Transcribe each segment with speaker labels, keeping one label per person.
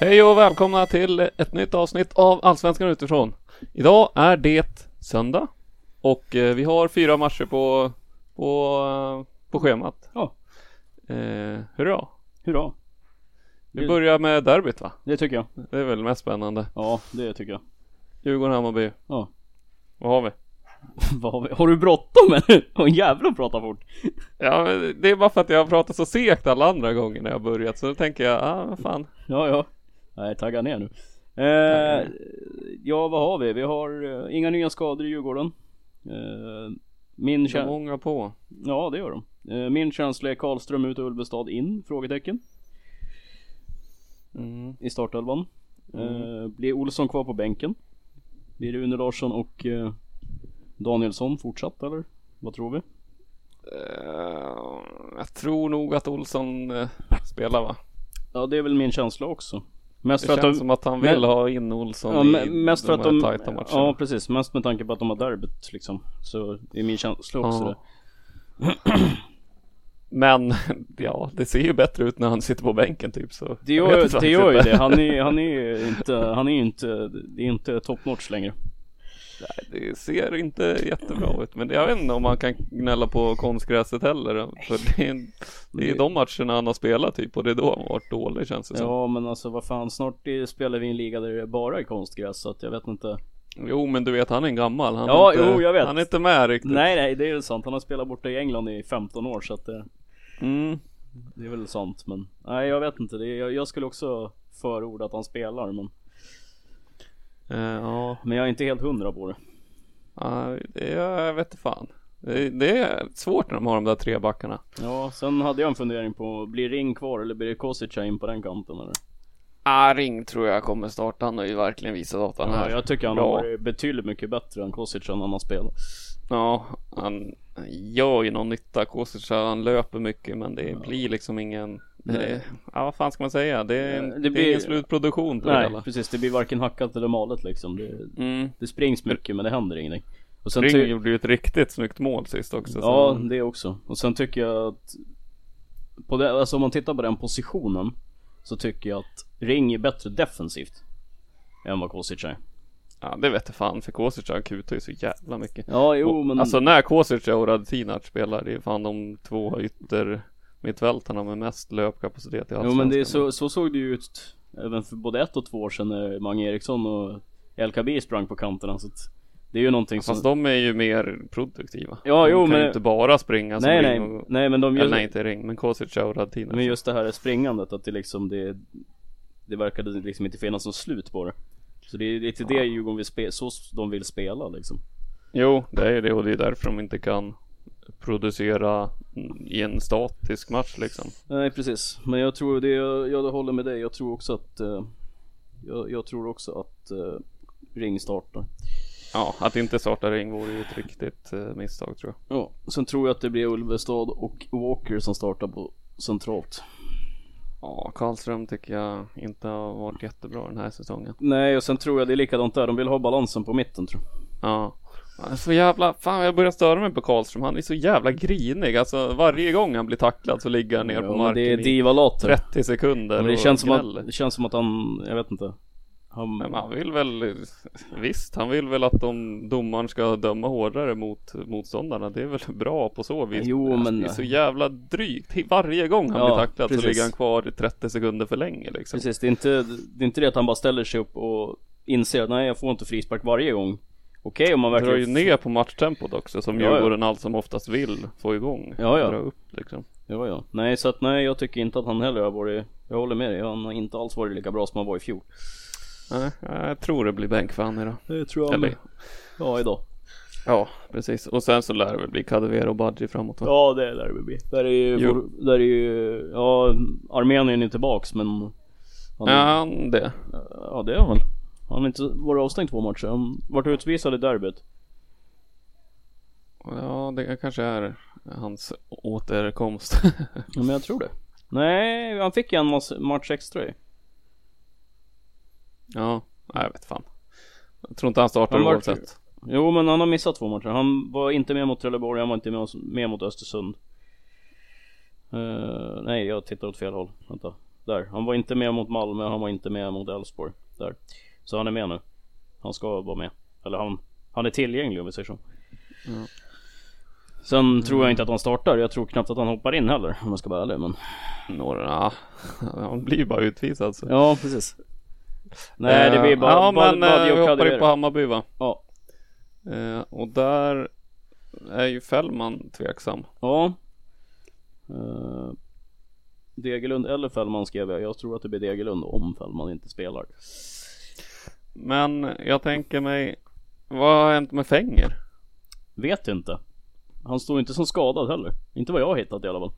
Speaker 1: Hej och välkomna till ett nytt avsnitt av Allsvenskan utifrån. Idag är det söndag och eh, vi har fyra matcher på, på, eh, på schemat.
Speaker 2: Ja,
Speaker 1: Eh, hurra!
Speaker 2: hurra.
Speaker 1: Vi börjar med derbyt va?
Speaker 2: Det tycker jag.
Speaker 1: Det är väl mest spännande.
Speaker 2: Ja, det tycker jag.
Speaker 1: Djurgården-Hammarby.
Speaker 2: Ja.
Speaker 1: Vad har vi?
Speaker 2: Vad har vi- Har du bråttom eller? Har en jävel att prata fort?
Speaker 1: Ja, men det är bara för att jag har pratat så segt alla andra gånger när jag har börjat så då tänker jag, ah vad fan.
Speaker 2: Ja, ja. Nej, tagga ner nu. Eh, ja, vad har vi? Vi har eh, inga nya skador i Djurgården. Eh, min
Speaker 1: Så
Speaker 2: känsla...
Speaker 1: många på.
Speaker 2: Ja, det gör de. Eh, min känsla är Karlström ut och Ulvestad in? Frågetecken.
Speaker 1: Mm.
Speaker 2: I startelvan. Eh, blir Olsson kvar på bänken? Blir det Une Larsson och eh, Danielsson fortsatt eller? Vad tror vi?
Speaker 1: Eh, jag tror nog att Olsson eh, spelar va?
Speaker 2: Ja, det är väl min känsla också. Mest
Speaker 1: Det
Speaker 2: för
Speaker 1: känns
Speaker 2: att de-
Speaker 1: som att han vill
Speaker 2: Men-
Speaker 1: ha in Olsson
Speaker 2: Ja,
Speaker 1: i
Speaker 2: men, mest för
Speaker 1: de
Speaker 2: att
Speaker 1: här
Speaker 2: de,
Speaker 1: tajta matcherna.
Speaker 2: ja precis, mest med tanke på att de har derbyt liksom. Så det är min känsla också
Speaker 1: Ja.
Speaker 2: det.
Speaker 1: Men ja, det ser ju bättre ut när han sitter på bänken typ så.
Speaker 2: Det
Speaker 1: jag vet
Speaker 2: gör, det
Speaker 1: faktiskt
Speaker 2: gör ju
Speaker 1: inte.
Speaker 2: det, han är, han är inte, han är inte, det är inte top notch längre.
Speaker 1: Det ser inte jättebra ut. Men jag vet inte om man kan gnälla på konstgräset heller. För det är, det är de matcherna han har spelat typ och det är då han har varit dålig känns det som.
Speaker 2: Ja men alltså vad fan, snart i- spelar vi i en liga där det bara är konstgräs så att jag vet inte.
Speaker 1: Jo men du vet han är en gammal. Han
Speaker 2: Ja,
Speaker 1: är inte,
Speaker 2: jo, jag vet.
Speaker 1: Han är inte med riktigt.
Speaker 2: Nej nej, det är väl sant. Han har spelat borta i England i 15 år så att det,
Speaker 1: Mm.
Speaker 2: det är väl sant. Men nej jag vet inte, det, är- jag, jag skulle också förorda att han spelar men,
Speaker 1: Eh, ja,
Speaker 2: men jag är inte helt hundra på det.
Speaker 1: Ja, det, jag vet inte fan. Det, det är svårt när de har de där tre backarna.
Speaker 2: Ja, sen hade jag en fundering på, blir Ring kvar eller blir det Kosica in på den kanten eller?
Speaker 1: Ah, Ring tror jag kommer starta. Han har ju verkligen visat att han
Speaker 2: Ja,
Speaker 1: är
Speaker 2: jag tycker han
Speaker 1: bra.
Speaker 2: har varit betydligt mycket bättre än Kosic när han har spelat.
Speaker 1: Ja, han gör ju någon nytta. Kosic, han löper mycket men det blir liksom ingen... Det, ja, vad fan ska man säga? Det, är-
Speaker 2: Det
Speaker 1: det,
Speaker 2: blir-
Speaker 1: är ingen slutproduktion på det
Speaker 2: Nej,
Speaker 1: hela.
Speaker 2: precis. Det blir varken hackat eller malet liksom. Det,
Speaker 1: Mm.
Speaker 2: det springs mycket men det händer ingenting. Och sen
Speaker 1: Ring
Speaker 2: ty-
Speaker 1: gjorde ju ett riktigt snyggt mål sist också.
Speaker 2: ja,
Speaker 1: så,
Speaker 2: det också. Och sen tycker jag att, på det, alltså om man tittar på den positionen, så tycker jag att Ring är bättre defensivt. Än vad Kosic är.
Speaker 1: ja, det vet jag fan för Kosic han kutar ju så jävla mycket.
Speaker 2: Ja, jo
Speaker 1: Och-
Speaker 2: men.
Speaker 1: Alltså när Kosic och Radetinac spelar, det är fan de två ytter mittfältarna med mest löpkapacitet i
Speaker 2: Jo men det är
Speaker 1: Allsvenskan.
Speaker 2: så, så såg det ju ut även för både ett och två år sedan när Mange Eriksson och El Kabir sprang på kanterna så att det är ju någonting som...
Speaker 1: Fast de är ju mer produktiva.
Speaker 2: Ja,
Speaker 1: de
Speaker 2: jo,
Speaker 1: kan
Speaker 2: men-
Speaker 1: ju inte bara springa som
Speaker 2: nej nej,
Speaker 1: Ring och...
Speaker 2: nej men de
Speaker 1: Eller nej,
Speaker 2: just,
Speaker 1: inte Ring, men Kosic och Radetinac.
Speaker 2: men just det här springandet att det liksom det Det verkade liksom inte finnas något slut på det Så det är lite det Djurgården vill spela, så de vill spela liksom
Speaker 1: Jo, det är ju det och det är därför de inte kan producera i en statisk match liksom.
Speaker 2: Nej precis, men jag tror det, jag, jag håller med dig, jag tror också att eh, jag, jag tror också att eh, Ring startar
Speaker 1: Ja, att inte starta ring vore ju ett riktigt eh, misstag tror jag.
Speaker 2: Ja, sen tror jag att det blir Ulvestad och Walker som startar på centralt
Speaker 1: Ja, Karlström tycker jag inte har varit jättebra den här säsongen.
Speaker 2: Nej och sen tror jag det är likadant där. De vill ha balansen på mitten tror jag.
Speaker 1: Ja. Han är Så jävla, fan jag börjar störa mig på Karlström. Han är så jävla grinig. Alltså varje gång han blir tacklad så ligger han ner
Speaker 2: Ja,
Speaker 1: på
Speaker 2: men
Speaker 1: marken
Speaker 2: Det är
Speaker 1: i
Speaker 2: divalater.
Speaker 1: 30 sekunder
Speaker 2: Men det
Speaker 1: och
Speaker 2: känns som,
Speaker 1: gnäller.
Speaker 2: att, det känns som att han, jag vet inte. Han,
Speaker 1: Nej, men han vill väl, visst han vill väl att de domaren ska döma hårdare mot motståndarna. Det är väl bra på så vis. Alltså,
Speaker 2: Jo, men-
Speaker 1: Det är så jävla drygt. Varje gång han
Speaker 2: Ja,
Speaker 1: blir tacklad så
Speaker 2: precis.
Speaker 1: ligger han kvar i 30 sekunder för länge liksom.
Speaker 2: Precis, det är, inte, det är inte det att han bara ställer sig upp och inser att nej jag får inte frispark varje gång. Okej om man
Speaker 1: Det drar ju
Speaker 2: verkligen...
Speaker 1: ner på matchtempot också som
Speaker 2: Ja, ja.
Speaker 1: Djurgården allt som oftast vill få igång.
Speaker 2: Ja, ja.
Speaker 1: Dra upp liksom.
Speaker 2: Ja, ja. Nej så att nej jag tycker inte att han heller har varit, jag håller med dig, han har inte alls varit lika bra som han var i fjol.
Speaker 1: Nej, jag tror det blir bänk för han idag.
Speaker 2: Det tror
Speaker 1: Eller,
Speaker 2: Ja idag.
Speaker 1: ja, precis. Och sen så lär det väl bli Kadewere och Badji framåt va?
Speaker 2: Ja det är där det blir. Där är ju,
Speaker 1: Jo.
Speaker 2: vår- där är ju, ja Armenien är tillbaks men han,
Speaker 1: Ja, han det.
Speaker 2: ja det är han väl. Han har inte varit avstängd två matcher, han vart utvisad i derbyt.
Speaker 1: Ja, det kanske är hans återkomst.
Speaker 2: Ja, men jag tror det. Nej, han fick ju en mas- match extra ju.
Speaker 1: ja, nej, jag vet fan. Jag tror inte han startar
Speaker 2: Han var-
Speaker 1: oavsett.
Speaker 2: Jo men han har missat två matcher. Han var inte med mot Trelleborg, han var inte med, med mot Östersund. Eh, nej jag tittar åt fel håll. Vänta. Där. Han var inte med mot Malmö, han var inte med mot Elfsborg. Där. Så han är med nu. Han ska vara med. Eller han, han är tillgänglig om vi säger så. Sen tror jag inte att han startar. Jag tror knappt att han hoppar in heller om jag ska vara ärlig. Men...
Speaker 1: Några, ja. han blir ju bara utvisad så.
Speaker 2: Ja precis. Nej det blir bara...
Speaker 1: Ja,
Speaker 2: bara-
Speaker 1: men
Speaker 2: bara-
Speaker 1: eh, vi
Speaker 2: bara-
Speaker 1: hoppar in på Hammarby va?
Speaker 2: Ja.
Speaker 1: Eh, och där är ju Fällman tveksam.
Speaker 2: Ja. Eh, Degerlund eller Fällman skrev jag. Jag tror att det blir Degerlund om Fällman inte spelar.
Speaker 1: Men jag tänker mig, vad har hänt med Fänger?
Speaker 2: Vet inte. Han står inte som skadad heller. Inte vad jag har hittat i alla fall.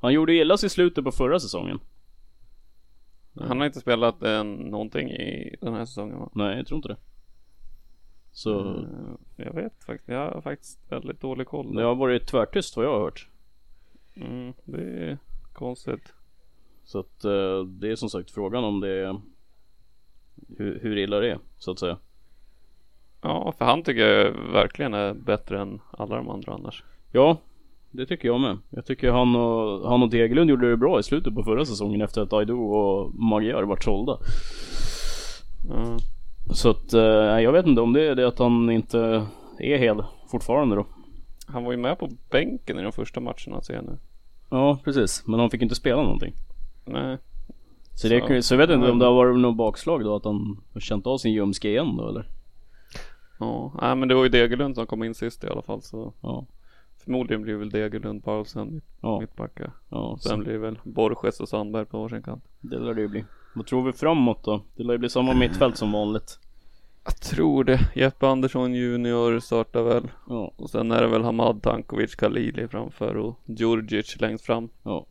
Speaker 2: Han gjorde illa sig i slutet på förra säsongen.
Speaker 1: Han har inte spelat eh, någonting i den här säsongen va?
Speaker 2: Nej, jag tror inte det. Så
Speaker 1: Eh, Jag vet faktiskt, jag har faktiskt väldigt dålig koll.
Speaker 2: det har varit tvärtyst vad jag har hört.
Speaker 1: Mm, det är konstigt.
Speaker 2: Så att eh, det är som sagt frågan om det är hur, hur illa det är så att säga.
Speaker 1: Ja, för han tycker jag verkligen är bättre än alla de andra annars.
Speaker 2: Ja, det tycker jag med. Jag tycker han och, han och Degerlund gjorde det bra i slutet på förra säsongen efter att Aido och Magyar vart sålda.
Speaker 1: Mm.
Speaker 2: Så att, eh, jag vet inte om det är det att han inte är hel fortfarande då.
Speaker 1: Han var ju med på bänken i de första matcherna ser jag nu.
Speaker 2: Ja, precis. Men han fick inte spela någonting.
Speaker 1: Nej,
Speaker 2: Så, det, kan- så jag vet inte om det har varit något bakslag då att han har känt av sin ljumske igen då eller?
Speaker 1: ja, nej men det var ju Degerlund som kom in sist i alla fall så
Speaker 2: Ja.
Speaker 1: förmodligen blir väl Degerlund Paulsen mitt,
Speaker 2: Ja,
Speaker 1: mittbacka.
Speaker 2: ja
Speaker 1: Sen
Speaker 2: så
Speaker 1: blir det väl Borges och Sandberg på varsin kant.
Speaker 2: det lär det ju bli. Vad tror vi framåt då? Det lär ju bli samma mittfält som vanligt.
Speaker 1: Jag tror det. Jeppe Andersson junior startar väl.
Speaker 2: Ja,
Speaker 1: Och sen är det väl Hamad Tankovic Khalili framför och Djurdjic längst fram.
Speaker 2: ja.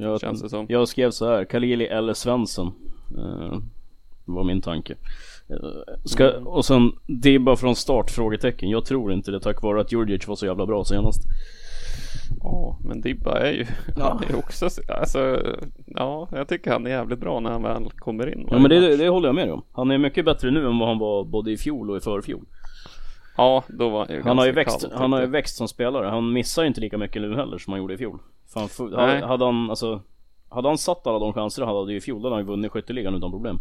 Speaker 2: Jag, vet
Speaker 1: Känns
Speaker 2: inte.
Speaker 1: det som.
Speaker 2: Jag skrev så här, Kalili eller Svensson. Eh, var min tanke. Eh, ska,
Speaker 1: Mm.
Speaker 2: Och sen Dibba från start? Frågetecken. Jag tror inte det tack vare att Djurdjic var så jävla bra senast.
Speaker 1: Ja, men Dibba är ju han är ju också, alltså, ja, jag tycker han är jävligt bra när han väl kommer in.
Speaker 2: Ja men det, det håller jag med dig om. Han är mycket bättre nu än vad han var både i fjol och i förfjol.
Speaker 1: Ja, då var han ju
Speaker 2: Han har ju
Speaker 1: ganska
Speaker 2: växt,
Speaker 1: kall,
Speaker 2: han har ju
Speaker 1: tyckte
Speaker 2: växt som spelare. Han missar ju inte lika mycket nu heller som han gjorde i fjol. Fan, fu-
Speaker 1: Nej.
Speaker 2: hade, hade han alltså hade han satt alla de chanser han hade i fjol, då hade han ju vunnit skytteligan utan problem.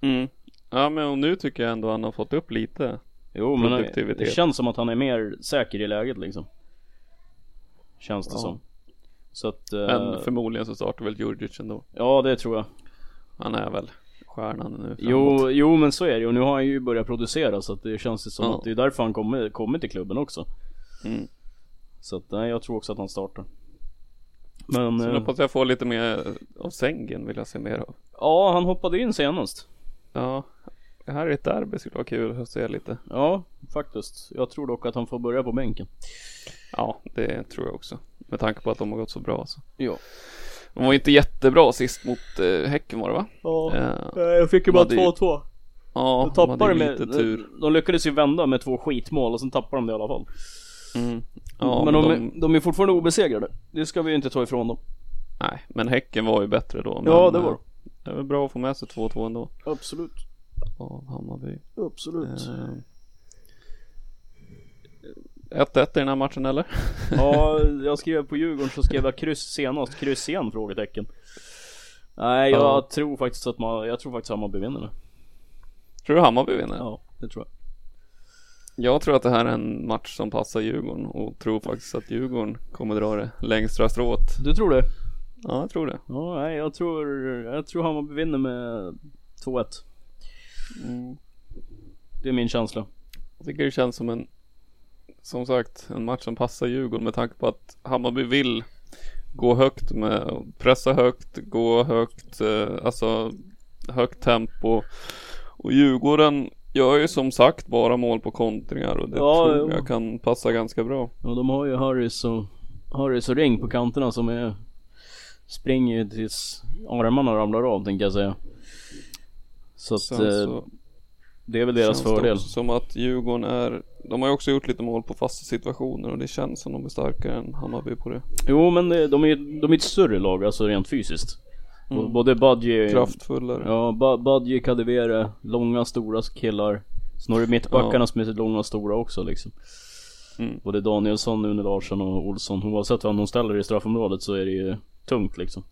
Speaker 1: jag. Mm. Ja, men och nu tycker jag ändå han har fått upp lite.
Speaker 2: Jo men han- det
Speaker 1: Produktivitet.
Speaker 2: känns som att han är mer säker i läget liksom. Känns det som. Så att, eh,
Speaker 1: Men förmodligen så startar väl Djurdjic ändå.
Speaker 2: ja det tror jag.
Speaker 1: Han är väl stjärnan nu framåt.
Speaker 2: Jo, eh. jo men så är det och nu har han ju börjat producera så att det känns ju som
Speaker 1: Ja.
Speaker 2: att det är därför han kommer, kommer till klubben också.
Speaker 1: Mm.
Speaker 2: Så att nej, jag tror också att han startar. Men
Speaker 1: Så nu
Speaker 2: eh,
Speaker 1: hoppas jag få lite mer av sängen vill jag se mer av.
Speaker 2: ja, han hoppade in senast.
Speaker 1: Ja, det här är ett derby skulle vara kul att se lite.
Speaker 2: Ja, faktiskt. Jag tror dock att han får börja på bänken.
Speaker 1: Ja, det tror jag också. Med tanke på att de har gått så bra alltså.
Speaker 2: Ja.
Speaker 1: De var ju inte jättebra sist mot eh, Häcken var det va?
Speaker 2: Ja.
Speaker 1: Eh,
Speaker 2: Jag fick ju
Speaker 1: bara 2-2.
Speaker 2: 2-2.
Speaker 1: Ja, de hade
Speaker 2: Tappade
Speaker 1: ju
Speaker 2: med,
Speaker 1: lite tur.
Speaker 2: De lyckades ju vända med två skitmål och sen tappade de det i alla fall.
Speaker 1: Mm. Ja,
Speaker 2: men de, är-
Speaker 1: de,
Speaker 2: de är fortfarande obesegrade. Det ska vi ju inte ta ifrån dem.
Speaker 1: Nej, men Häcken var ju bättre då. Men,
Speaker 2: Ja, det var
Speaker 1: eh, Det var bra att få med sig 2-2 ändå
Speaker 2: Absolut,
Speaker 1: av Hammarby.
Speaker 2: absolut.
Speaker 1: Eh, 1-1 i den här matchen eller?
Speaker 2: Ja, jag skrev på Djurgården så skrev jag kryss senast, kryss igen? Frågetecken. Nej, jag
Speaker 1: Ja.
Speaker 2: tror faktiskt att man, jag tror faktiskt Hammarby vinner nu.
Speaker 1: Tror du Hammarby vinner?
Speaker 2: Ja, det tror jag.
Speaker 1: Jag tror att det här är en match som passar Djurgården och tror faktiskt att Djurgården kommer dra det längstra strået.
Speaker 2: Du tror det?
Speaker 1: Ja, jag tror det.
Speaker 2: Ja, nej, jag tror, jag tror Hammarby vinner med 2-1. Mm. Det är min känsla.
Speaker 1: Jag tycker det känns som en, som sagt, en match som passar Djurgården med tanke på att Hammarby vill gå högt med, pressa högt, gå högt, eh, alltså högt tempo. Och Djurgården gör ju som sagt bara mål på kontringar och det
Speaker 2: Ja,
Speaker 1: tror
Speaker 2: jo.
Speaker 1: jag kan passa ganska bra.
Speaker 2: Ja, de har ju Harris och, Harris och Ring på kanterna som är Springer ju tills armarna ramlar av tänker jag säga. Så att
Speaker 1: Sen
Speaker 2: eh,
Speaker 1: så-
Speaker 2: det är väl deras
Speaker 1: Känns det
Speaker 2: fördel.
Speaker 1: också Som att Djurgården är De har ju också gjort lite mål på fasta situationer och det känns som de är starkare än Hammarby på det
Speaker 2: Jo men eh, de är ju de är ett större lag alltså rent fysiskt.
Speaker 1: Mm.
Speaker 2: B- Både Badji,
Speaker 1: Kraftfullare
Speaker 2: ja, Ba- Badji, Kadewere, långa stora killar. Sen har du mittbackarna
Speaker 1: Ja. Mm.
Speaker 2: som är så långa och stora också liksom. Både Danielsson, Une Larsson och Olsson. Oavsett vem de ställer i straffområdet så är det ju tungt liksom.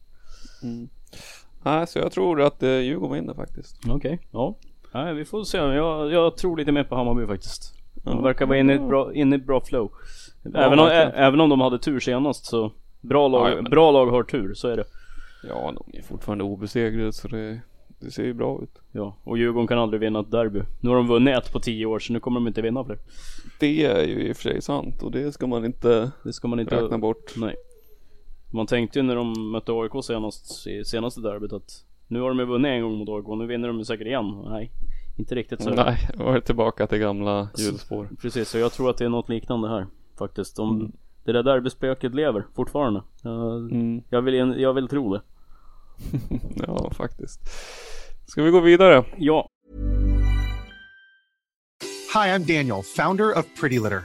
Speaker 1: Nej så jag tror att eh, Djurgården vinner faktiskt
Speaker 2: Mm, Okej, ja. Nej, vi får se. Jag, jag tror lite mer på Hammarby faktiskt. De verkar vara inne i ett bra, inne i ett bra flow. även, om, ä,
Speaker 1: verkligen.
Speaker 2: även om de hade tur senast så bra lag,
Speaker 1: Ja, ja, men-
Speaker 2: bra lag har tur, så är det.
Speaker 1: Ja de är fortfarande obesegrade så det, det ser ju bra ut
Speaker 2: Ja, och Djurgården kan aldrig vinna ett derby. Nu har de vunnit ett på tio år så nu kommer de inte vinna fler.
Speaker 1: Det är ju i och för sig sant och det ska man inte
Speaker 2: Det ska man inte...
Speaker 1: räkna bort
Speaker 2: Nej. Man tänkte ju när de mötte AIK senast, i senaste derbyt att nu har de ju vunnit en gång mot AIK, nu vinner de ju säkert igen. Nej, inte riktigt så.
Speaker 1: Nej, då är det tillbaka till gamla hjulspår
Speaker 2: Precis, så jag tror att det är något liknande här faktiskt. De,
Speaker 1: Mm.
Speaker 2: Det där derbyspöket lever fortfarande. Jag,
Speaker 1: Mm.
Speaker 2: jag, vill, en- jag vill tro det.
Speaker 1: Ja faktiskt Ska vi gå vidare?
Speaker 2: Ja,
Speaker 3: Hi, I'm Daniel, founder of Pretty Litter.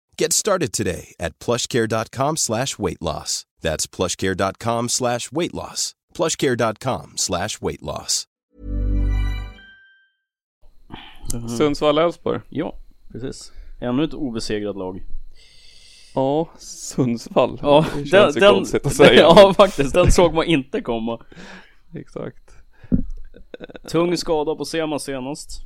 Speaker 4: Get started today at plushcare.com slash weight loss. That's plushcare.com slash weight loss. Plushcare.com slash weight loss.
Speaker 1: Sundsvall-Elfsborg
Speaker 2: Mm. ja, precis. Ännu ett obesegrat lag.
Speaker 1: Ja, Sundsvall
Speaker 2: Ja,
Speaker 1: Det känns ju konstigt att säga
Speaker 2: ja faktiskt, den såg man inte komma.
Speaker 1: Exakt
Speaker 2: Tung skada på Sema senast.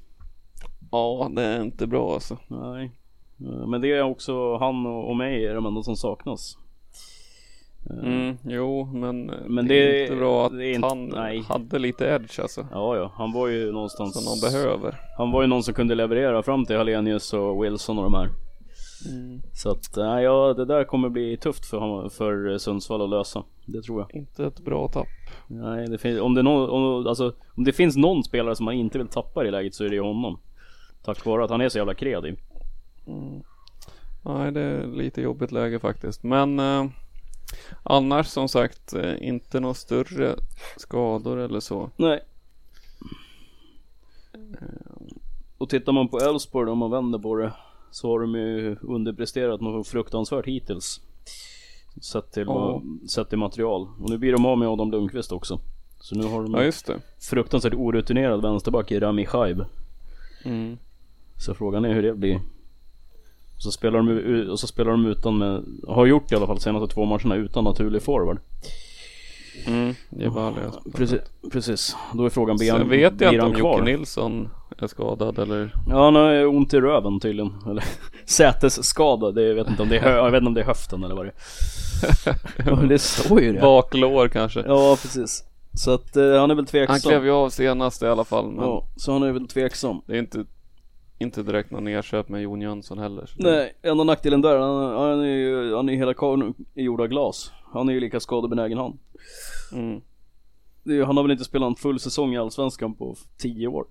Speaker 1: Ja, det är inte bra alltså
Speaker 2: Nej. Eh, Men det är också han och och mig är de enda som saknas.
Speaker 1: Mm, jo men, eh,
Speaker 2: Men
Speaker 1: det
Speaker 2: det-
Speaker 1: är inte bra att
Speaker 2: det är inte-
Speaker 1: han
Speaker 2: nej.
Speaker 1: hade lite edge alltså.
Speaker 2: Ja, ja, han var ju någonstans...
Speaker 1: Som de behöver.
Speaker 2: Han var ju någon som kunde leverera fram till Hallenius och Wilson och de här. Så att, nej, ja det där kommer bli tufft för, Hammar- för Sundsvall att lösa. Det tror jag.
Speaker 1: Inte ett bra tapp.
Speaker 2: Nej, det finns, om, det är någon, om, alltså, om det finns någon spelare som man inte vill tappa i det läget så är det ju honom. Tack vare att han är så jävla kreativ.
Speaker 1: Nej det är lite jobbigt läge faktiskt. Men eh, annars som sagt eh, inte några större skador eller så.
Speaker 2: Nej. Och tittar man på Elfsborg då, om man vänder på det. så har de ju underpresterat något fruktansvärt hittills. Sett till,
Speaker 1: Ja.
Speaker 2: sett till material. Och nu blir de av med Adam Lundqvist också. Så nu har de
Speaker 1: Ja just det.
Speaker 2: fruktansvärt orutinerad vänsterback i Rami Shaib.
Speaker 1: Mm.
Speaker 2: Så frågan är hur det blir. Och så spelar de, u- och så spelar de utan med, har gjort i alla fall senaste två matcherna utan naturlig forward.
Speaker 1: Mm. Det var aldrig jag spelat.
Speaker 2: Precis, precis. Då är frågan, blir han,
Speaker 1: Sen vet jag
Speaker 2: blir
Speaker 1: inte
Speaker 2: han
Speaker 1: om
Speaker 2: kvar?
Speaker 1: Jocke Nilsson är skadad eller
Speaker 2: Ja, han har ont i röven tydligen. Eller sätesskada. Det, jag, vet inte om det är hö- jag vet inte om det är höften eller vad det är. Men det står ju det.
Speaker 1: baklår kanske.
Speaker 2: Ja, precis. Så att eh, han är väl
Speaker 1: Han
Speaker 2: tveksam.
Speaker 1: klev ju av senast i alla fall men
Speaker 2: ja, så han är väl tveksam.
Speaker 1: det är inte, inte direkt någon ersätt med Jon Jönsson heller. så det-
Speaker 2: Nej, enda nackdelen där, han, han är ju han är ju hela karln gjord av glas. Han är ju lika skadebenägen han.
Speaker 1: Mm.
Speaker 2: Det är ju- Han har väl inte spelat en full säsong i Allsvenskan på f- 10 år.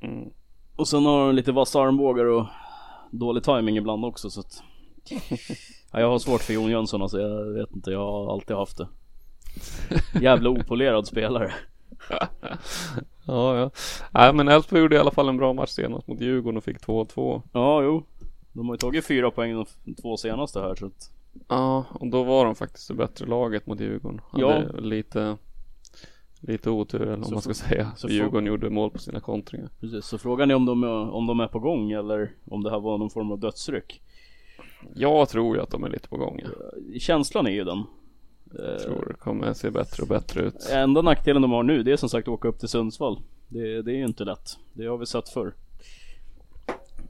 Speaker 1: Mm.
Speaker 2: Och sen har han lite vassa armbågar och dålig timing ibland också så att... ja, jag har svårt för Jon Jönsson alltså, jag vet inte, jag har alltid haft det. Jävla opolerad spelare.
Speaker 1: Ja, ja. Nej, men Elfsborg gjorde i alla fall en bra match senast mot Djurgården och fick 2-2.
Speaker 2: Ja, jo. De har ju tagit fyra poäng de f- två senaste här så att...
Speaker 1: Ja, och då var de faktiskt det bättre laget mot Djurgården.
Speaker 2: Ja.
Speaker 1: Hade lite, lite otur eller om
Speaker 2: Så
Speaker 1: man
Speaker 2: får-
Speaker 1: ska säga.
Speaker 2: så
Speaker 1: Så
Speaker 2: får-
Speaker 1: Djurgården gjorde mål på sina kontringar.
Speaker 2: Precis, så frågan är om de, är- om de är på gång eller om det här var någon form av dödsryck.
Speaker 1: Jag tror ju att de är lite på gång. ja.
Speaker 2: Känslan är ju den.
Speaker 1: Jag tror det kommer se bättre och bättre ut.
Speaker 2: Enda nackdelen de har nu det är som sagt att åka upp till Sundsvall. Det, det är ju inte lätt. Det har vi sett förr.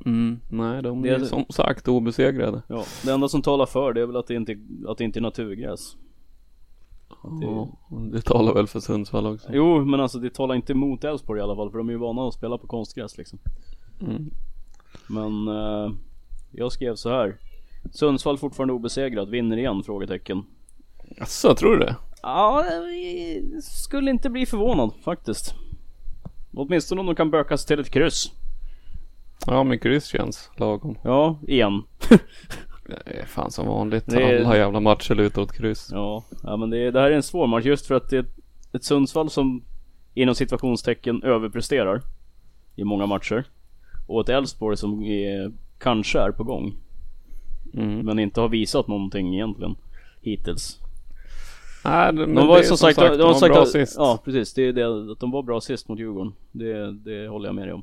Speaker 1: Mm. Nej, de
Speaker 2: Det är
Speaker 1: är
Speaker 2: det.
Speaker 1: som sagt obesegrade.
Speaker 2: Ja, det enda som talar för det är väl att det inte, att det inte är naturgräs. Att det,
Speaker 1: Ja, det talar väl för Sundsvall också.
Speaker 2: Jo, men alltså det talar inte emot Elfsborg i alla fall för de är ju vana att spela på konstgräs liksom.
Speaker 1: Mm.
Speaker 2: Men eh, jag skrev så här. Sundsvall fortfarande obesegrat, vinner igen? Frågetecken.
Speaker 1: Jaså, Alltså, tror du det?
Speaker 2: Ja, eh, skulle inte bli förvånad faktiskt. Åtminstone om de kan bökas till ett kryss.
Speaker 1: Ja, men kryss känns lagom.
Speaker 2: Ja, igen.
Speaker 1: Det är fan som vanligt.
Speaker 2: Det är-
Speaker 1: Alla jävla matcher lutar åt kryss.
Speaker 2: Ja, ja men det, det här är en svår match just för att det är ett, ett Sundsvall som inom situationstecken överpresterar i många matcher. Och ett Elfsborg som är, kanske är på gång.
Speaker 1: Mm.
Speaker 2: Men inte har visat någonting egentligen hittills.
Speaker 1: Nej, men
Speaker 2: De var
Speaker 1: det
Speaker 2: ju
Speaker 1: är
Speaker 2: som sagt,
Speaker 1: de, var bra
Speaker 2: att,
Speaker 1: sist.
Speaker 2: Ja precis, det är det, att de var bra sist mot Djurgården. Det, det håller jag med dig om.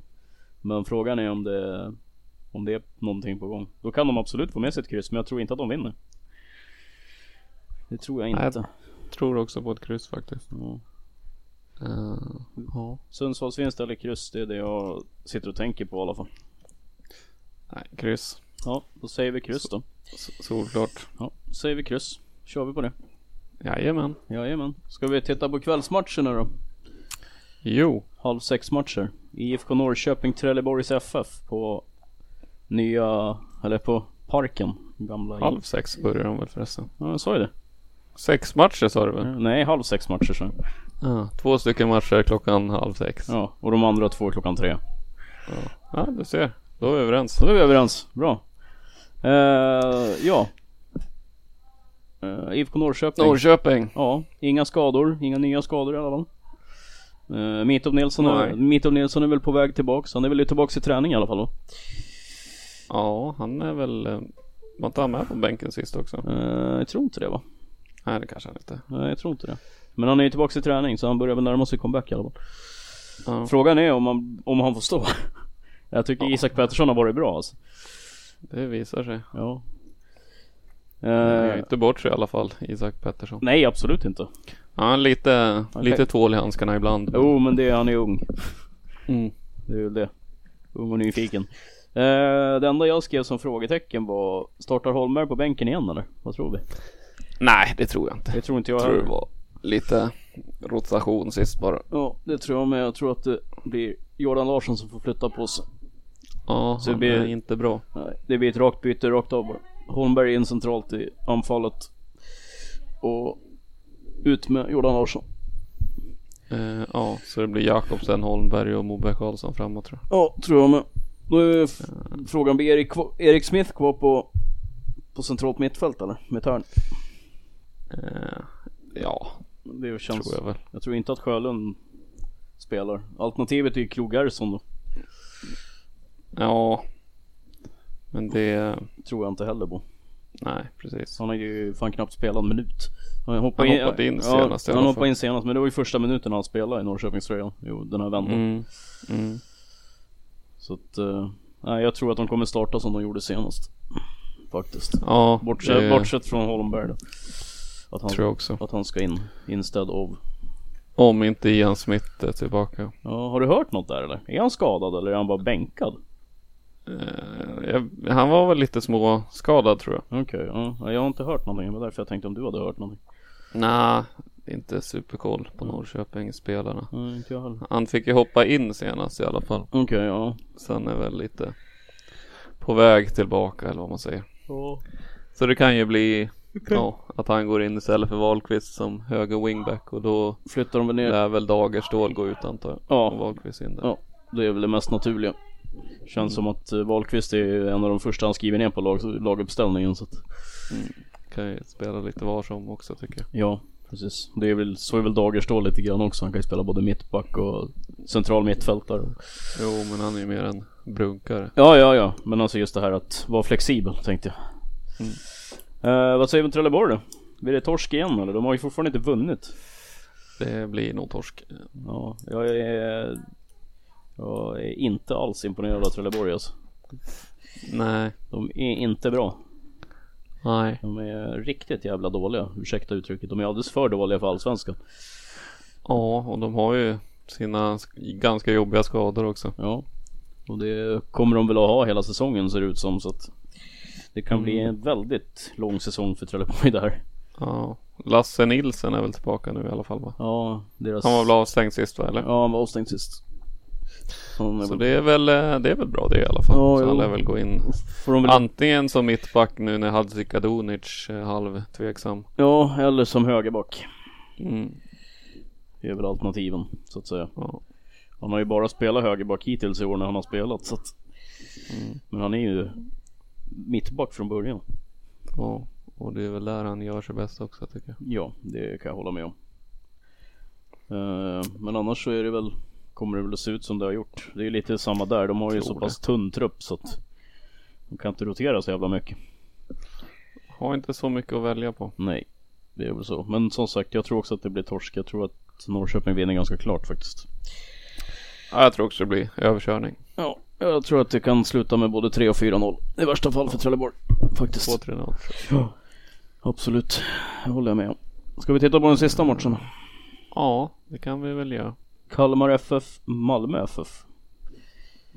Speaker 2: Men frågan är om det, om det är någonting på gång. Då kan de absolut få med sig ett kryss men jag tror inte att de vinner. Det tror jag
Speaker 1: Nej,
Speaker 2: inte.
Speaker 1: Tror också på ett kryss faktiskt.
Speaker 2: Ja.
Speaker 1: Eh, ja.
Speaker 2: Sundsvallsvinst eller kryss, det är det jag sitter och tänker på i alla fall.
Speaker 1: Nej, kryss.
Speaker 2: Ja, då säger vi kryss då.
Speaker 1: S- Solklart.
Speaker 2: Ja, då säger vi kryss. Kör vi på det.
Speaker 1: Jajamän.
Speaker 2: Jajamän. Ska vi titta på kvällsmatcherna då?
Speaker 1: Jo.
Speaker 2: Halv sex matcher. IFK Norrköping, Trelleborgs FF på nya, eller på parken. Gamla
Speaker 1: Halv sex börjar de väl förresten.
Speaker 2: Ja, jag sa ju det.
Speaker 1: Sex matcher sa du väl?
Speaker 2: Nej, halv sex matcher sen.
Speaker 1: Ja, två stycken matcher klockan halv sex. Ja,
Speaker 2: Ja, och de andra två klockan tre.
Speaker 1: du ser. Då är vi överens.
Speaker 2: Så då är vi överens. Bra. Eh, ja. Eh, IFK Norrköping.
Speaker 1: Norrköping.
Speaker 2: Ja, inga skador, inga nya skador i alla fall. Uh, Mitov Nilsson, är,
Speaker 1: Nej.
Speaker 2: Mitov Nilsson är väl på väg tillbaks, han är väl tillbaks i träning i alla fall va?
Speaker 1: Ja, han är väl... eh, Var inte han med på bänken sist också?
Speaker 2: Eh, jag tror inte det va?
Speaker 1: Nej, det kanske han inte.
Speaker 2: Nej jag tror inte det. Men han är ju tillbaks i träning så han börjar väl närma sig comeback i alla fall.
Speaker 1: Ja,
Speaker 2: Frågan är om han, om han får stå. jag tycker Isak Pettersson har varit bra alltså.
Speaker 1: det visar sig.
Speaker 2: Ja.
Speaker 1: Han
Speaker 2: Eh,
Speaker 1: gör inte bort sig i alla fall, Isak Pettersson.
Speaker 2: nej absolut inte.
Speaker 1: Ja, han är lite,
Speaker 2: Okej.
Speaker 1: lite tvål i handskarna ibland.
Speaker 2: Jo men det, han är ung.
Speaker 1: Mm.
Speaker 2: Det är väl det. Ung och nyfiken. Eh, det enda jag skrev som frågetecken var, startar Holmberg på bänken igen eller? Vad tror vi?
Speaker 1: Nej, det tror jag inte.
Speaker 2: Det tror inte jag
Speaker 1: tror
Speaker 2: heller.
Speaker 1: det var lite rotation sist bara.
Speaker 2: Ja, det tror jag med. Jag tror att det blir Jordan Larsson som får flytta på sig.
Speaker 1: Ja,
Speaker 2: Så det
Speaker 1: han
Speaker 2: blir-
Speaker 1: är inte bra.
Speaker 2: Nej, det blir ett rakt byte rakt av bara. Holmberg in centralt i anfallet. Och ut med Jordan Larsson.
Speaker 1: Eh, ja, så det blir Jakobsen, Holmberg och Moberg Karlsson framåt tror jag.
Speaker 2: Ja, tror jag med. Då är f- frågan, blir Erik, kvar- Erik Smith kvar på, på centralt mittfält eller? Med törn?
Speaker 1: Eh, ja,
Speaker 2: Det känns...
Speaker 1: tror jag väl.
Speaker 2: Jag tror inte att Sjölund spelar. Alternativet är ju Krogarsson då.
Speaker 1: Ja, Det,
Speaker 2: Tror jag inte heller på.
Speaker 1: nej precis.
Speaker 2: Han har ju fan knappt spelat en minut. Han
Speaker 1: Han hoppade in senast i
Speaker 2: ja,
Speaker 1: alla
Speaker 2: Han
Speaker 1: fall.
Speaker 2: hoppade in senast men det var ju första minuten han spelade i Norrköpingströjan. Jo den här vändan.
Speaker 1: Mm. Mm.
Speaker 2: Så att, eh, nej jag tror att de kommer starta som de gjorde senast. Faktiskt.
Speaker 1: Ja,
Speaker 2: Bortsett,
Speaker 1: det
Speaker 2: bortsett från Holmberg då. Att han,
Speaker 1: tror jag också.
Speaker 2: Att han ska in, instead of.
Speaker 1: Om inte Ian Smith är tillbaka.
Speaker 2: Ja, har du hört något där eller? Är han skadad eller är han bara bänkad?
Speaker 1: Eh, jag, han var väl lite småskadad tror jag.
Speaker 2: Okej, ja. Nej, jag har inte hört någonting. Det var därför jag tänkte om du hade hört någonting.
Speaker 1: Nej, inte superkoll på Norrköping-spelarna.
Speaker 2: Nej, inte jag heller.
Speaker 1: Han fick ju hoppa in senast i alla fall.
Speaker 2: Okej, ja.
Speaker 1: Sen är väl lite på väg tillbaka eller vad man säger. Så det kan ju bli ja, att han går in istället för Wahlqvist som höger wingback och då
Speaker 2: Flyttar de väl ner?
Speaker 1: lär väl Dagerstål gå ut antar jag.
Speaker 2: Ja.
Speaker 1: Och Wahlqvist in där.
Speaker 2: Ja, det är väl det mest naturliga. Känns som att eh, Wahlqvist är ju en av de första han skriver ner på lag, laguppställningen så att,
Speaker 1: Kan ju spela lite var som också tycker jag.
Speaker 2: Ja, precis. Det är väl, så är väl Dagerstål lite grann också. Han kan ju spela både mittback och central mittfältare.
Speaker 1: Jo men han är ju mer en brunkare.
Speaker 2: Ja, ja, ja. Men alltså just det här att vara flexibel tänkte jag. Eh, vad säger vi om Trelleborg då? Blir det torsk igen eller? De har ju fortfarande inte vunnit.
Speaker 1: Det blir nog torsk.
Speaker 2: Ja, jag är... Jag är inte alls imponerad av Trelleborg alltså.
Speaker 1: Nej.
Speaker 2: De är inte bra.
Speaker 1: Nej.
Speaker 2: De är riktigt jävla dåliga. Ursäkta uttrycket. De är alldeles för dåliga för allsvenskan.
Speaker 1: Ja och de har ju sina sk- ganska jobbiga skador också.
Speaker 2: Ja. Och det kommer de väl att ha hela säsongen ser det ut som så att Det kan bli
Speaker 1: Mm.
Speaker 2: en väldigt lång säsong för Trelleborg där.
Speaker 1: Ja. Lasse Nilsen är väl tillbaka nu i alla fall va?
Speaker 2: Ja, deras...
Speaker 1: Han var väl avstängd sist va eller?
Speaker 2: Ja, han var avstängd sist. Han är
Speaker 1: Så
Speaker 2: väl-
Speaker 1: det är väl, eh, det är väl bra det i alla fall.
Speaker 2: Ja,
Speaker 1: så han
Speaker 2: jo.
Speaker 1: lär väl gå in
Speaker 2: Får de väl...
Speaker 1: antingen som mittback nu när Hadzikadunic är halvtveksam.
Speaker 2: Ja, eller som högerback.
Speaker 1: Mm.
Speaker 2: Det är väl alternativen så att säga.
Speaker 1: Ja.
Speaker 2: Han har ju bara spelat högerback hittills i år när han har spelat så att...
Speaker 1: Mm.
Speaker 2: Men han är ju mittback från början.
Speaker 1: ja. Och det är väl där han gör sig bäst också tycker jag.
Speaker 2: Ja, det kan jag hålla med om. Eh, Men annars så är det väl Kommer det väl att se ut som det har gjort. Det är lite samma där. De har ju
Speaker 1: Tror
Speaker 2: så
Speaker 1: det.
Speaker 2: pass tunn trupp så att De kan inte rotera så jävla mycket.
Speaker 1: Har inte så mycket att välja på.
Speaker 2: Nej, det är väl så. Men som sagt, jag tror också att det blir torsk. Jag tror att Norrköping vinner ganska klart faktiskt.
Speaker 1: Ja, jag tror också det blir överkörning.
Speaker 2: Ja, jag tror att det kan sluta med både 3 och 4-0. I värsta fall för Trelleborg. Faktiskt.
Speaker 1: 2-3-0.
Speaker 2: Absolut, det håller jag med om. Ska vi titta på den sista matchen?
Speaker 1: Ja, det kan vi väl göra.
Speaker 2: Kalmar FF, Malmö FF.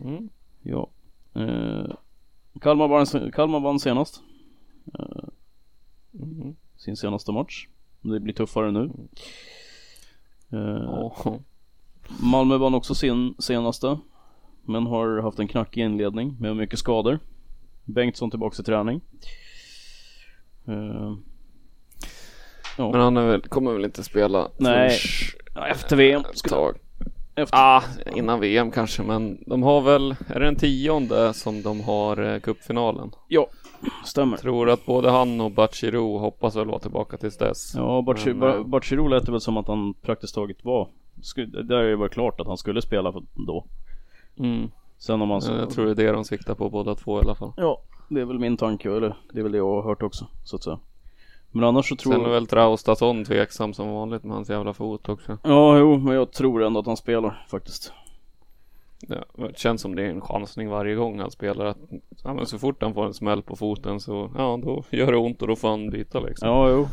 Speaker 1: Mm.
Speaker 2: Ja. Eh, Kalmar, vann, Kalmar vann senast. Eh, Sin senaste match. Det blir tuffare nu. Eh,
Speaker 1: Ja.
Speaker 2: Malmö vann också sin senaste. Men har haft en knackig inledning med mycket skador. Bengtsson tillbaka i träning. Eh,
Speaker 1: Men han är väl, kommer väl inte spela
Speaker 2: Nej.
Speaker 1: förrän
Speaker 2: efter VM.
Speaker 1: ett tag.
Speaker 2: Efter,
Speaker 1: Ah, innan VM kanske men de har väl, är det den tionde som de har eh, cupfinalen?
Speaker 2: Ja, stämmer.
Speaker 1: Tror att både han och Bachirou hoppas väl vara tillbaka tills dess.
Speaker 2: Ja, Bartchi-
Speaker 1: Men,
Speaker 2: Ba-
Speaker 1: eh,
Speaker 2: Bartchiro lät det väl som att han praktiskt taget var sku- Där är det väl klart att han skulle spela för- då
Speaker 1: Mm.
Speaker 2: Sen om han
Speaker 1: Eh, Jag tror det är det de siktar på båda två i alla fall.
Speaker 2: Ja, det är väl min tanke eller det är väl det jag har hört också så att säga Men annars så tror
Speaker 1: Sen
Speaker 2: jag
Speaker 1: är väl Traustason tveksam som vanligt med hans jävla fot också.
Speaker 2: Ja, jo, men jag tror ändå att han spelar faktiskt
Speaker 1: Ja, det känns som det är en chansning varje gång han spelar att ja, men så fort han får en smäll på foten så ja då gör det ont och då får han byta liksom.
Speaker 2: Ja, jo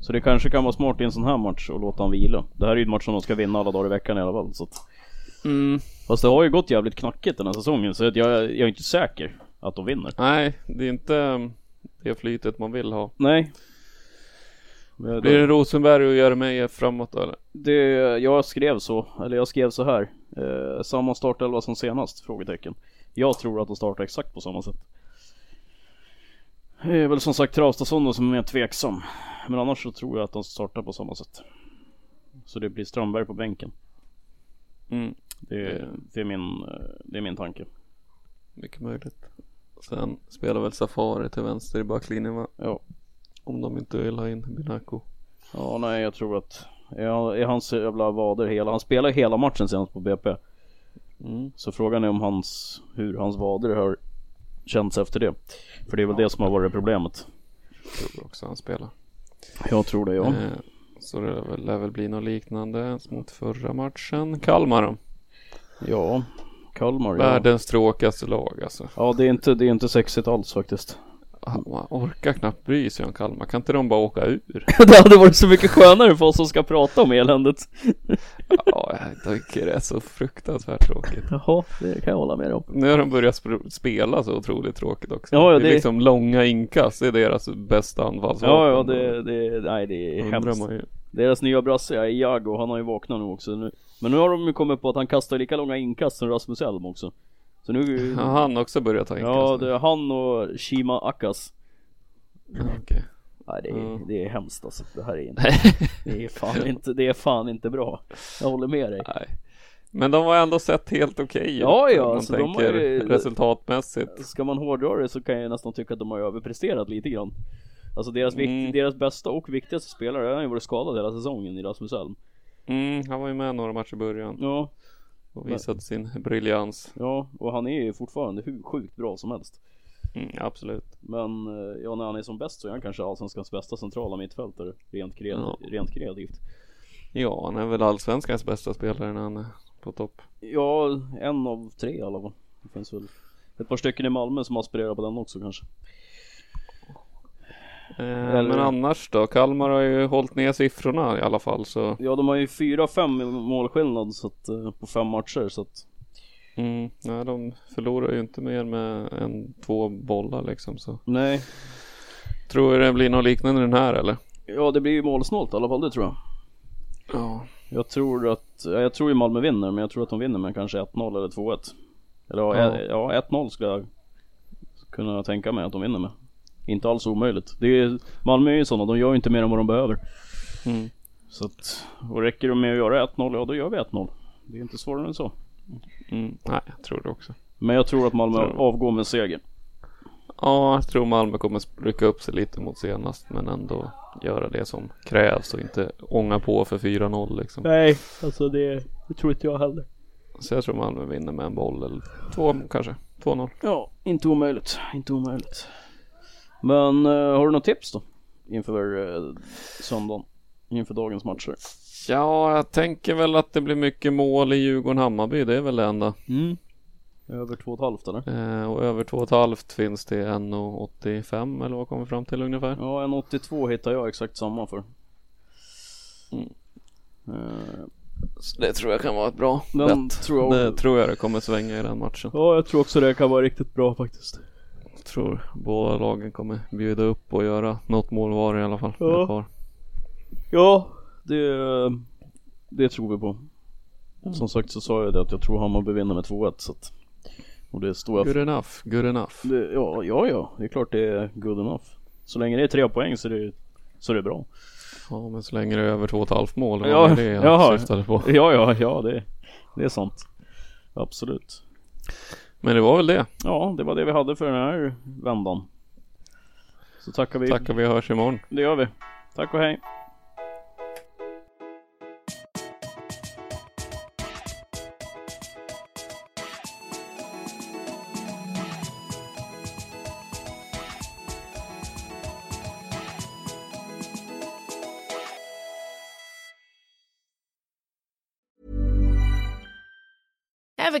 Speaker 2: Så det kanske kan vara smart i en sån här match att låta han vila Det här är ju en match som de ska vinna alla dagar i veckan i alla fall så att...
Speaker 1: Mm.
Speaker 2: Fast det har ju gått jävligt knackigt den här säsongen så att jag, jag är inte säker att de vinner
Speaker 1: Nej, det är inte mm, det flytet man vill ha.
Speaker 2: Nej Men-
Speaker 1: Blir det Rosenberg och Jeremejeff framåt då eller?
Speaker 2: Det, jag skrev så, eller jag skrev så här. Eh, samma startelva som senast? Frågetecken. Jag tror att de startar exakt på samma sätt. Det är väl som sagt Traustason då som är mer tveksam. Men annars så tror jag att de startar på samma sätt. Så det blir Strömberg på bänken.
Speaker 1: Mm.
Speaker 2: Det, det, är, min, eh, det är min tanke.
Speaker 1: Mycket möjligt. Sen spelar väl Safari till vänster i backlinjen va?
Speaker 2: Ja.
Speaker 1: Om de inte vill ha in Binako.
Speaker 2: Ja, nej jag tror att är han- är hans jävla vader hela, han spelar hela Mm. matchen senast på BP. Så frågan är om hans, hur hans vader hör känts efter det. För det är väl det som har varit problemet.
Speaker 1: Jag tror också han spelar.
Speaker 2: Jag tror det ja.
Speaker 1: Eh, så det lär väl- lär väl bli något liknande som mot förra matchen. Kalmar då.
Speaker 2: Ja, Kalmar ja.
Speaker 1: Världens tråkigaste lag alltså.
Speaker 2: Ja det är, inte, det är inte sexigt alls faktiskt. Ah.
Speaker 1: Han- Man orkar knappt bry sig om Kalmar. Kan inte de bara åka ur?
Speaker 2: det hade varit så mycket skönare för oss som ska prata om eländet.
Speaker 1: Ja, jag tycker det är så fruktansvärt tråkigt.
Speaker 2: Jaha, det kan jag hålla med dig om.
Speaker 1: Nu har de börjat sp- spela så otroligt tråkigt också.
Speaker 2: Ja, ja,
Speaker 1: det är
Speaker 2: det-
Speaker 1: liksom långa inkast. Det är deras bästa anfallsvapen.
Speaker 2: Ja, ja det, det, nej det är
Speaker 1: undrar
Speaker 2: hemskt.
Speaker 1: man ju.
Speaker 2: Deras nya brasse är Iago, han har ju vaknat nu också. Nu, men nu har de ju kommit på att han kastar lika långa inkast som Rasmus Elm också. Så nu...
Speaker 1: Har han också börjat ta inkast?
Speaker 2: ja,
Speaker 1: nu?
Speaker 2: det är han och Shima Akas.
Speaker 1: Ja, Okej.
Speaker 2: Nej det är,
Speaker 1: Mm.
Speaker 2: det är hemskt alltså. Det här är inte, det är fan inte, det är fan inte bra. Jag håller med dig.
Speaker 1: Nej. Men de har ändå sett helt okej ut,
Speaker 2: Ja, ja,
Speaker 1: om man
Speaker 2: alltså, de
Speaker 1: tänker
Speaker 2: har ju-
Speaker 1: resultatmässigt.
Speaker 2: Ska man hårdra det så kan jag nästan tycka att de har överpresterat lite grann. Alltså deras, vikt,
Speaker 1: Mm.
Speaker 2: deras bästa och viktigaste spelare han har ju varit skadad hela säsongen i Rasmus Elm.
Speaker 1: Mm, han var ju med några matcher i början
Speaker 2: Ja,
Speaker 1: och visade sin briljans.
Speaker 2: ja, och han är ju fortfarande hur sjukt bra som helst.
Speaker 1: Mm, absolut.
Speaker 2: Men eh, ja, när han är som bäst så är han kanske allsvenskans bästa centrala mittfältare rent, kreativ,
Speaker 1: Ja.
Speaker 2: rent kreativt.
Speaker 1: Ja, han är väl allsvenskans bästa spelare när han är på topp.
Speaker 2: Ja, en av tre i alla fall. Det finns väl ett par stycken i Malmö som aspirerar på den också kanske.
Speaker 1: Eh,
Speaker 2: Eller-
Speaker 1: Men annars då? Kalmar har ju hållit ner siffrorna i alla fall så
Speaker 2: Ja, de har ju 4-5 i målskillnad så att, eh, på fem matcher så att
Speaker 1: mm, nej, de förlorar ju inte mer med än två bollar liksom så.
Speaker 2: nej.
Speaker 1: Tror du det blir något liknande den här eller?
Speaker 2: Ja, det blir ju målsnålt i alla fall, det tror jag.
Speaker 1: Ja.
Speaker 2: Jag tror att, ja, jag tror ju Malmö vinner, men jag tror att de vinner med kanske 1-0 eller 2-1. Eller ja,
Speaker 1: Ja.
Speaker 2: ja 1-0 skulle jag kunna tänka mig att de vinner med. Inte alls omöjligt. Det är, ju- Malmö är ju sådana, de gör ju inte mer än vad de behöver.
Speaker 1: Mm.
Speaker 2: Så att, och räcker det med att göra 1-0, ja då gör vi 1-0. Det är inte svårare än så.
Speaker 1: Mm, nej, jag tror det också.
Speaker 2: Men jag tror att Malmö
Speaker 1: Tror du?
Speaker 2: avgår med seger.
Speaker 1: Ja, jag tror Malmö kommer rycka upp sig lite mot senast men ändå göra det som krävs och inte ånga på för 4-0 liksom.
Speaker 2: Nej, alltså det, det tror inte jag heller.
Speaker 1: Så jag tror Malmö vinner med en boll eller två kanske. 2-0.
Speaker 2: Ja, inte omöjligt. Inte omöjligt. Men eh, har du något tips då? Inför uh, söndagen? Inför dagens matcher?
Speaker 1: Ja, jag tänker väl att det blir mycket mål i Djurgården-Hammarby. Det är väl det enda.
Speaker 2: Mm. Över två och ett halvt eller?
Speaker 1: Eh, och över 2,5 finns det 1,85 eller vad kommer vi fram till ungefär?
Speaker 2: Ja, en 82 hittar jag exakt samma för. Eh,
Speaker 1: Så det tror jag kan vara ett bra
Speaker 2: Den tror
Speaker 1: Det
Speaker 2: jag
Speaker 1: tror jag det kommer svänga i den matchen.
Speaker 2: Ja, jag tror också det kan vara riktigt bra faktiskt.
Speaker 1: Jag tror båda lagen kommer bjuda upp och göra något mål var i alla fall.
Speaker 2: Ja.
Speaker 1: Ett par.
Speaker 2: Ja, det, det tror vi på. Som sagt så sa jag det att jag tror Hammarby vinner med 2-1 så att, Och det står jag för.
Speaker 1: Good enough, good enough.
Speaker 2: Det, ja, ja, ja, det är klart det är good enough. Så länge det är tre poäng så är det, så är det bra.
Speaker 1: Ja, men så länge det är över 2,5 mål. Vad
Speaker 2: Ja,
Speaker 1: var det jag
Speaker 2: jaha.
Speaker 1: syftade på.
Speaker 2: Ja, ja, ja, det, det är sant. Absolut.
Speaker 1: Men det var väl det.
Speaker 2: Ja, det var det vi hade för den här vändan. Så tackar vi.
Speaker 1: Tackar vi hörs imorgon.
Speaker 2: Det gör vi. Tack och hej.
Speaker 5: Ever